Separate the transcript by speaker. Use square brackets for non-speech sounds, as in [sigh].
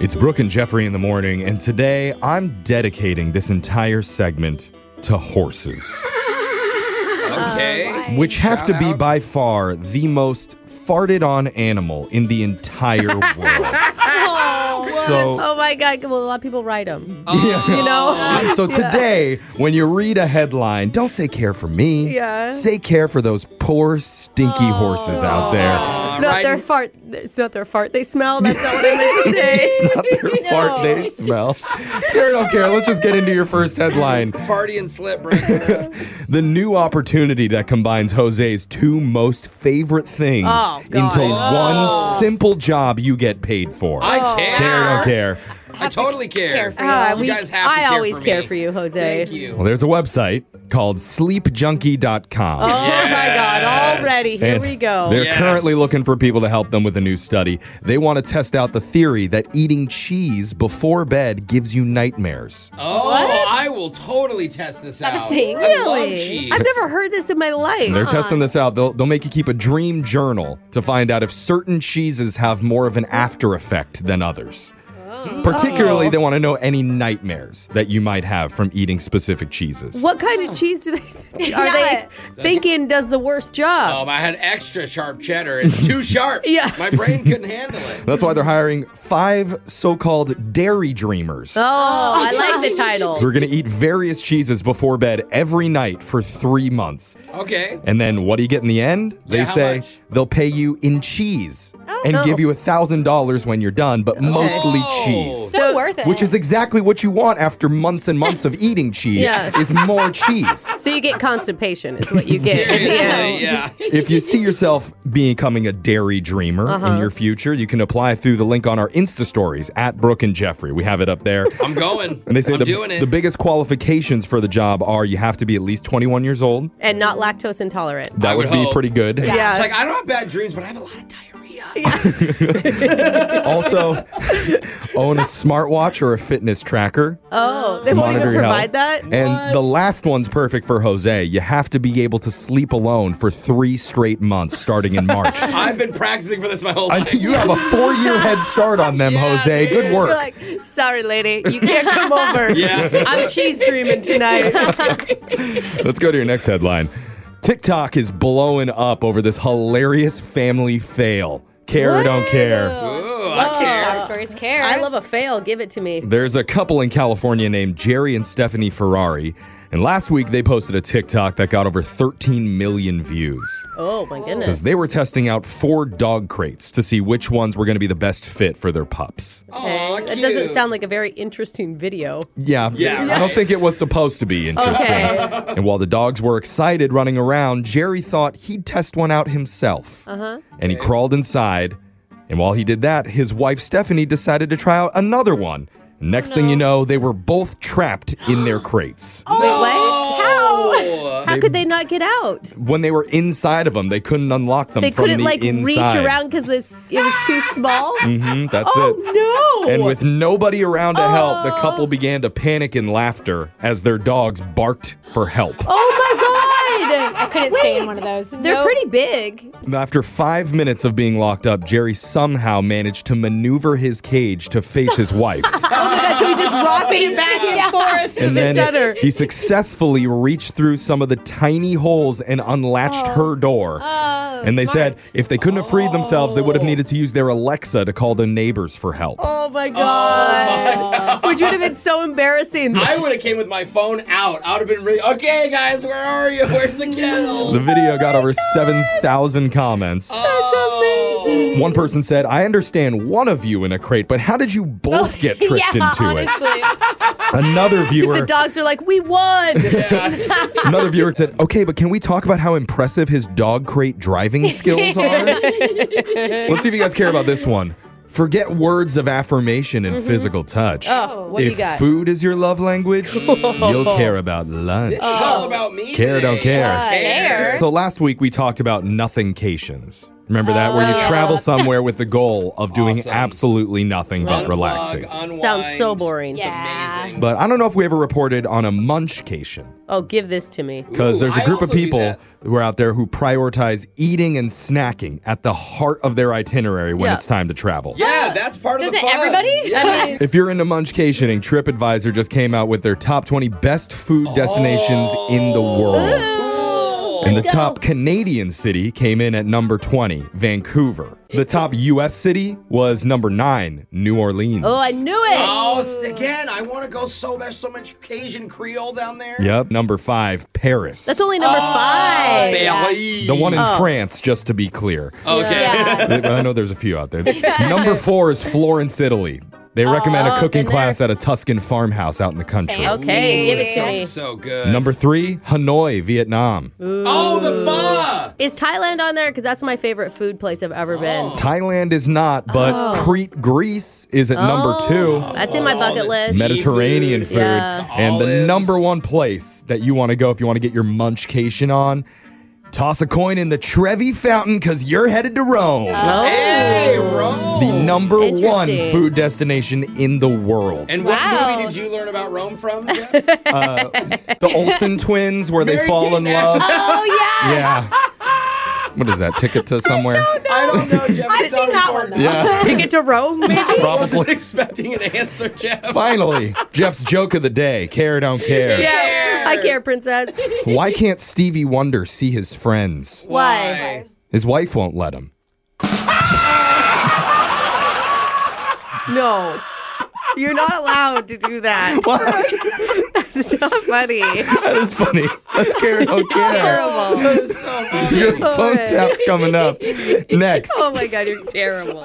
Speaker 1: It's Brooke and Jeffrey in the morning, and today I'm dedicating this entire segment to horses,
Speaker 2: Uh, Okay.
Speaker 1: which have to
Speaker 2: Shout
Speaker 1: be
Speaker 2: out.
Speaker 1: by far the most farted on animal in the entire world. [laughs] so.
Speaker 3: Oh my God! Well, a lot of people ride them.
Speaker 1: [laughs] Yeah.
Speaker 3: You know.
Speaker 1: So today, when you read a headline, don't say care for me.
Speaker 3: Yeah.
Speaker 1: Say care for those poor, stinky horses out
Speaker 3: [laughs]
Speaker 1: there.
Speaker 3: It's not their
Speaker 2: riding-
Speaker 3: fart. It's not their fart. They smell. That's not what I
Speaker 2: [laughs]
Speaker 3: meant to say.
Speaker 1: [laughs] Not their fart they smell. Scare don't care. Let's just get into your first headline.
Speaker 2: Party and slip, bro.
Speaker 1: The new opportunity that combines Jose's two most favorite things
Speaker 3: Oh, God.
Speaker 1: into
Speaker 2: Oh.
Speaker 1: one simple job you get paid for.
Speaker 2: [laughs] I
Speaker 1: care, don't
Speaker 2: care.
Speaker 1: care.
Speaker 2: I totally care.
Speaker 3: Oh, I-
Speaker 2: You
Speaker 3: we-
Speaker 2: guys have to
Speaker 3: I
Speaker 2: care
Speaker 3: always
Speaker 2: for
Speaker 3: care
Speaker 2: me.
Speaker 3: for you, Jose.
Speaker 2: Thank you.
Speaker 1: Well, there's a website called sleepjunkie.com.
Speaker 3: Oh my God! Already here
Speaker 1: And
Speaker 3: we go.
Speaker 1: They're
Speaker 2: Yes.
Speaker 1: currently looking for people to help them with a new study. They want to test out the theory that eating cheese before bed gives you nightmares.
Speaker 2: Oh, I will totally test this out.
Speaker 4: thing.
Speaker 2: I love
Speaker 3: Really?
Speaker 2: cheese.
Speaker 3: I've never heard this in my life.
Speaker 1: They're testing this out. They'll, they'll make you keep a dream journal to find out if certain cheeses have more of an after effect than others.
Speaker 3: Oh.
Speaker 1: Particularly, they want to know any nightmares that you might have from eating specific cheeses.
Speaker 3: What kind
Speaker 2: Oh.
Speaker 3: of cheese do
Speaker 2: [laughs]
Speaker 3: they are they
Speaker 4: Yeah.
Speaker 3: thinking does the worst job?
Speaker 2: Um, I had extra sharp cheddar.
Speaker 3: [laughs]
Speaker 2: It's too sharp.
Speaker 3: Yeah.
Speaker 2: My brain couldn't handle it.
Speaker 1: That's why they're hiring five so called dairy dreamers
Speaker 3: Oh, I like the
Speaker 1: who
Speaker 3: title.
Speaker 1: are going to eat various cheeses before bed every night for three months.
Speaker 3: [laughs]
Speaker 2: Okay.
Speaker 1: And then what do you get in the end? They
Speaker 2: Yeah, how
Speaker 1: say
Speaker 2: much?
Speaker 1: they'll pay you in cheese and
Speaker 3: no.
Speaker 1: give you a $1,000 when you're done, but mostly
Speaker 2: Oh.
Speaker 1: cheese.
Speaker 4: So,
Speaker 3: So-
Speaker 4: worth it.
Speaker 1: which is exactly what you want after months and months of eating cheese [laughs]
Speaker 3: Yeah.
Speaker 1: is more cheese
Speaker 3: So you get constipation is what you get. at the end.
Speaker 2: Seriously, yeah.
Speaker 1: if you see yourself becoming a dairy dreamer in
Speaker 3: Uh-huh.
Speaker 1: your future you can apply through the link on our insta stories at brooke and jeffrey we have it up there
Speaker 2: I'm going.
Speaker 1: and they say
Speaker 2: I'm
Speaker 1: the,
Speaker 2: doing it.
Speaker 1: the biggest qualifications for the job are you have to be at least 21 years old
Speaker 3: And not lactose intolerant.
Speaker 1: that
Speaker 2: I
Speaker 1: would,
Speaker 2: would
Speaker 1: be
Speaker 2: hope.
Speaker 1: pretty good
Speaker 3: Yeah.
Speaker 2: It's like I don't have bad dreams, but I have a lot of diarrhea.
Speaker 3: [laughs]
Speaker 1: also own a smartwatch or a fitness tracker
Speaker 3: Oh, they won't even
Speaker 1: monitor your health.
Speaker 3: provide that?
Speaker 1: And the last one's perfect for Jose. You have to be able to sleep alone for three straight months starting in March.
Speaker 3: [laughs]
Speaker 2: I've been practicing for this my whole
Speaker 1: I-
Speaker 2: life.
Speaker 1: you have a four year head start on
Speaker 3: [laughs]
Speaker 1: them,
Speaker 2: Yeah,
Speaker 1: Jose.
Speaker 2: dude.
Speaker 1: Good work.
Speaker 3: [laughs] You're like, sorry, lady, you can't
Speaker 1: [laughs]
Speaker 3: come over.
Speaker 2: Yeah.
Speaker 3: I'm cheese dreaming [laughs] tonight.
Speaker 1: Let's go to your next headline. TikTok is blowing up over this hilarious family fail. Care or don't care.
Speaker 2: Ooh,
Speaker 4: Love
Speaker 2: I care.
Speaker 4: TikTok stories. Care.
Speaker 3: I love a fail. Give it to me.
Speaker 1: There's a couple in California named Jerry and Stephanie Ferrari. And last week they posted a TikTok that got over 13 million views.
Speaker 3: Oh, my
Speaker 1: Because
Speaker 3: goodness.
Speaker 1: they were testing out four dog crates to see which ones were going to be the best fit for their pups.
Speaker 2: Aw,
Speaker 3: Oh. that
Speaker 2: cute.
Speaker 3: doesn't sound like a very interesting video.
Speaker 1: Yeah,
Speaker 2: Yeah,
Speaker 1: I don't
Speaker 2: right.
Speaker 1: think it was supposed to be interesting.
Speaker 3: Okay.
Speaker 1: And while the dogs were excited running around, Jerry thought he'd test one out himself. Uh-huh. And he crawled inside. And while he did that, his wife Stephanie decided to try out another one. Next
Speaker 3: Oh,
Speaker 1: thing you know, they were both trapped in
Speaker 3: [gasps]
Speaker 1: their crates.
Speaker 3: Wait, what? How?
Speaker 2: [laughs] Oh.
Speaker 3: How could they not get out?
Speaker 1: When they were inside of them, they couldn't unlock them
Speaker 3: They
Speaker 1: from
Speaker 3: couldn't
Speaker 1: the
Speaker 3: like
Speaker 1: inside.
Speaker 3: reach around Oh, because this it was
Speaker 1: [laughs]
Speaker 3: too small.
Speaker 1: Mhm, that's it. [laughs]
Speaker 3: no!
Speaker 1: And with nobody around to help, the couple began to panic in laughter as their dogs barked for help.
Speaker 3: oh my
Speaker 4: I
Speaker 3: god!
Speaker 4: couldn't stay in one of those.
Speaker 3: They're pretty big.
Speaker 1: After five minutes of being locked up, Jerry somehow managed to maneuver his cage to face his wife's.
Speaker 3: Oh my god! So he's just [laughs] rocking it back and forth to
Speaker 1: And
Speaker 3: [laughs] the
Speaker 1: then
Speaker 3: center.
Speaker 1: he successfully reached through some of the tiny holes and unlatched her door. and they said if they couldn't have freed themselves, they would have needed to use their Alexa to call the neighbors for help.
Speaker 3: Oh my god! Which would have been so embarrassing.
Speaker 2: I would have came with my phone out. I would have been really okay, guys. Where are you? Where's the kettle?
Speaker 1: The video got over 7,000 comments.
Speaker 2: oh.
Speaker 1: One person said, I understand one of you in a crate, but how did you both get
Speaker 3: [laughs]
Speaker 1: tricked
Speaker 4: yeah,
Speaker 1: into it?
Speaker 4: honestly.
Speaker 1: Another
Speaker 3: The
Speaker 1: viewer
Speaker 3: dogs are like, we won. [laughs]
Speaker 1: another viewer said, Okay, but can we talk about how impressive his dog crate
Speaker 3: [laughs]
Speaker 1: driving skills are? Let's see if you guys care about this one. Forget words of affirmation and physical touch.
Speaker 3: Mm-hmm. Oh, what do
Speaker 1: if
Speaker 3: you got?
Speaker 1: food is your love
Speaker 3: [laughs]
Speaker 1: language, you'll care about lunch.
Speaker 3: Oh,
Speaker 2: It's all about me.
Speaker 1: Oh. Care,
Speaker 2: today.
Speaker 1: don't care.
Speaker 2: Care.
Speaker 4: Care.
Speaker 1: So last week we talked about nothingcations. Remember that? Where you
Speaker 3: Oh.
Speaker 1: travel somewhere with the goal of doing
Speaker 2: Awesome.
Speaker 1: absolutely nothing but
Speaker 2: Unplug,
Speaker 1: relaxing.
Speaker 2: unwind.
Speaker 3: Sounds so boring.
Speaker 2: It's
Speaker 4: Yeah.
Speaker 2: amazing.
Speaker 1: But I don't know if we ever reported on a munchcation.
Speaker 3: Oh, give this to me.
Speaker 1: because
Speaker 2: Ooh,
Speaker 1: there's a
Speaker 2: I
Speaker 1: group of
Speaker 2: also do
Speaker 1: people
Speaker 2: that.
Speaker 1: who are out there who prioritize eating and snacking at the heart of their itinerary when
Speaker 3: Yeah.
Speaker 1: it's time to travel.
Speaker 2: yeah, that's part of the
Speaker 4: Doesn't
Speaker 2: fun.
Speaker 4: everybody?
Speaker 2: Yeah.
Speaker 1: If you're into munchcationing, TripAdvisor just came out with their top 20 best food destinations in the world.
Speaker 2: Cool.
Speaker 1: And the top Canadian city came in at number 20, Vancouver. The top US city was number 9, New Orleans.
Speaker 4: Oh, I knew it.
Speaker 2: Oh, s- again, I want to go so much, so much Cajun Creole down there.
Speaker 1: Yep, number 5, Paris.
Speaker 3: That's only number five.
Speaker 2: Bailey.
Speaker 1: the one in
Speaker 3: Oh.
Speaker 1: France, just to be clear.
Speaker 2: Okay.
Speaker 4: Yeah.
Speaker 1: I know there's a few out
Speaker 3: [laughs]
Speaker 1: there. Number four is Florence, Italy. They recommend a
Speaker 3: Oh,
Speaker 1: cooking
Speaker 3: been there.
Speaker 1: class at a Tuscan farmhouse out in the country.
Speaker 4: Fancy.
Speaker 3: Okay, give it to me.
Speaker 2: Sounds so good.
Speaker 1: Number three, Hanoi, Vietnam.
Speaker 2: oh, the pho.
Speaker 3: Is Thailand on there? Because that's my favorite food place I've ever been.
Speaker 1: Oh, Thailand is not, but Crete, Greece is at number
Speaker 3: Oh,
Speaker 1: two.
Speaker 3: That's in my
Speaker 2: Oh,
Speaker 3: bucket
Speaker 2: the
Speaker 3: list.
Speaker 2: sea-
Speaker 1: Mediterranean
Speaker 2: Seafood.
Speaker 1: food.
Speaker 3: Yeah.
Speaker 1: And the
Speaker 2: Olives.
Speaker 1: number one place that you want to go if you want to get your munchcation on, toss a coin in the Trevi Fountain because you're headed to Rome.
Speaker 3: Oh.
Speaker 2: Hey, Rome.
Speaker 1: The number one
Speaker 3: Interesting.
Speaker 1: food destination in the world.
Speaker 2: And what
Speaker 4: Wow.
Speaker 2: movie did you learn about Rome from? Jeff?
Speaker 1: the Olsen twins where they
Speaker 2: Mary
Speaker 1: fall
Speaker 2: Kate
Speaker 1: in love.
Speaker 4: Oh, yeah.
Speaker 1: Yeah. What is that? Ticket to somewhere?
Speaker 2: [laughs] I don't know, Jeff. I've
Speaker 4: seen that
Speaker 2: [laughs]
Speaker 4: one, though.
Speaker 1: Yeah.
Speaker 3: [laughs] Ticket to Rome, maybe?
Speaker 2: wasn't
Speaker 1: Probably.
Speaker 2: expecting an answer,
Speaker 4: [laughs]
Speaker 2: Jeff.
Speaker 1: Finally, Jeff's joke of the day: care don't care.
Speaker 2: Yeah.
Speaker 3: I care, princess.
Speaker 1: Why can't Stevie Wonder see his friends?
Speaker 3: Why?
Speaker 1: His wife won't let him.
Speaker 5: No. You're not allowed to do
Speaker 3: [laughs]
Speaker 5: that. It's not funny.
Speaker 1: That is funny. That's care don't care.
Speaker 3: [laughs] Terrible.
Speaker 2: That is so funny.
Speaker 1: Your phone tap's coming up next.
Speaker 3: Oh my god, you're terrible.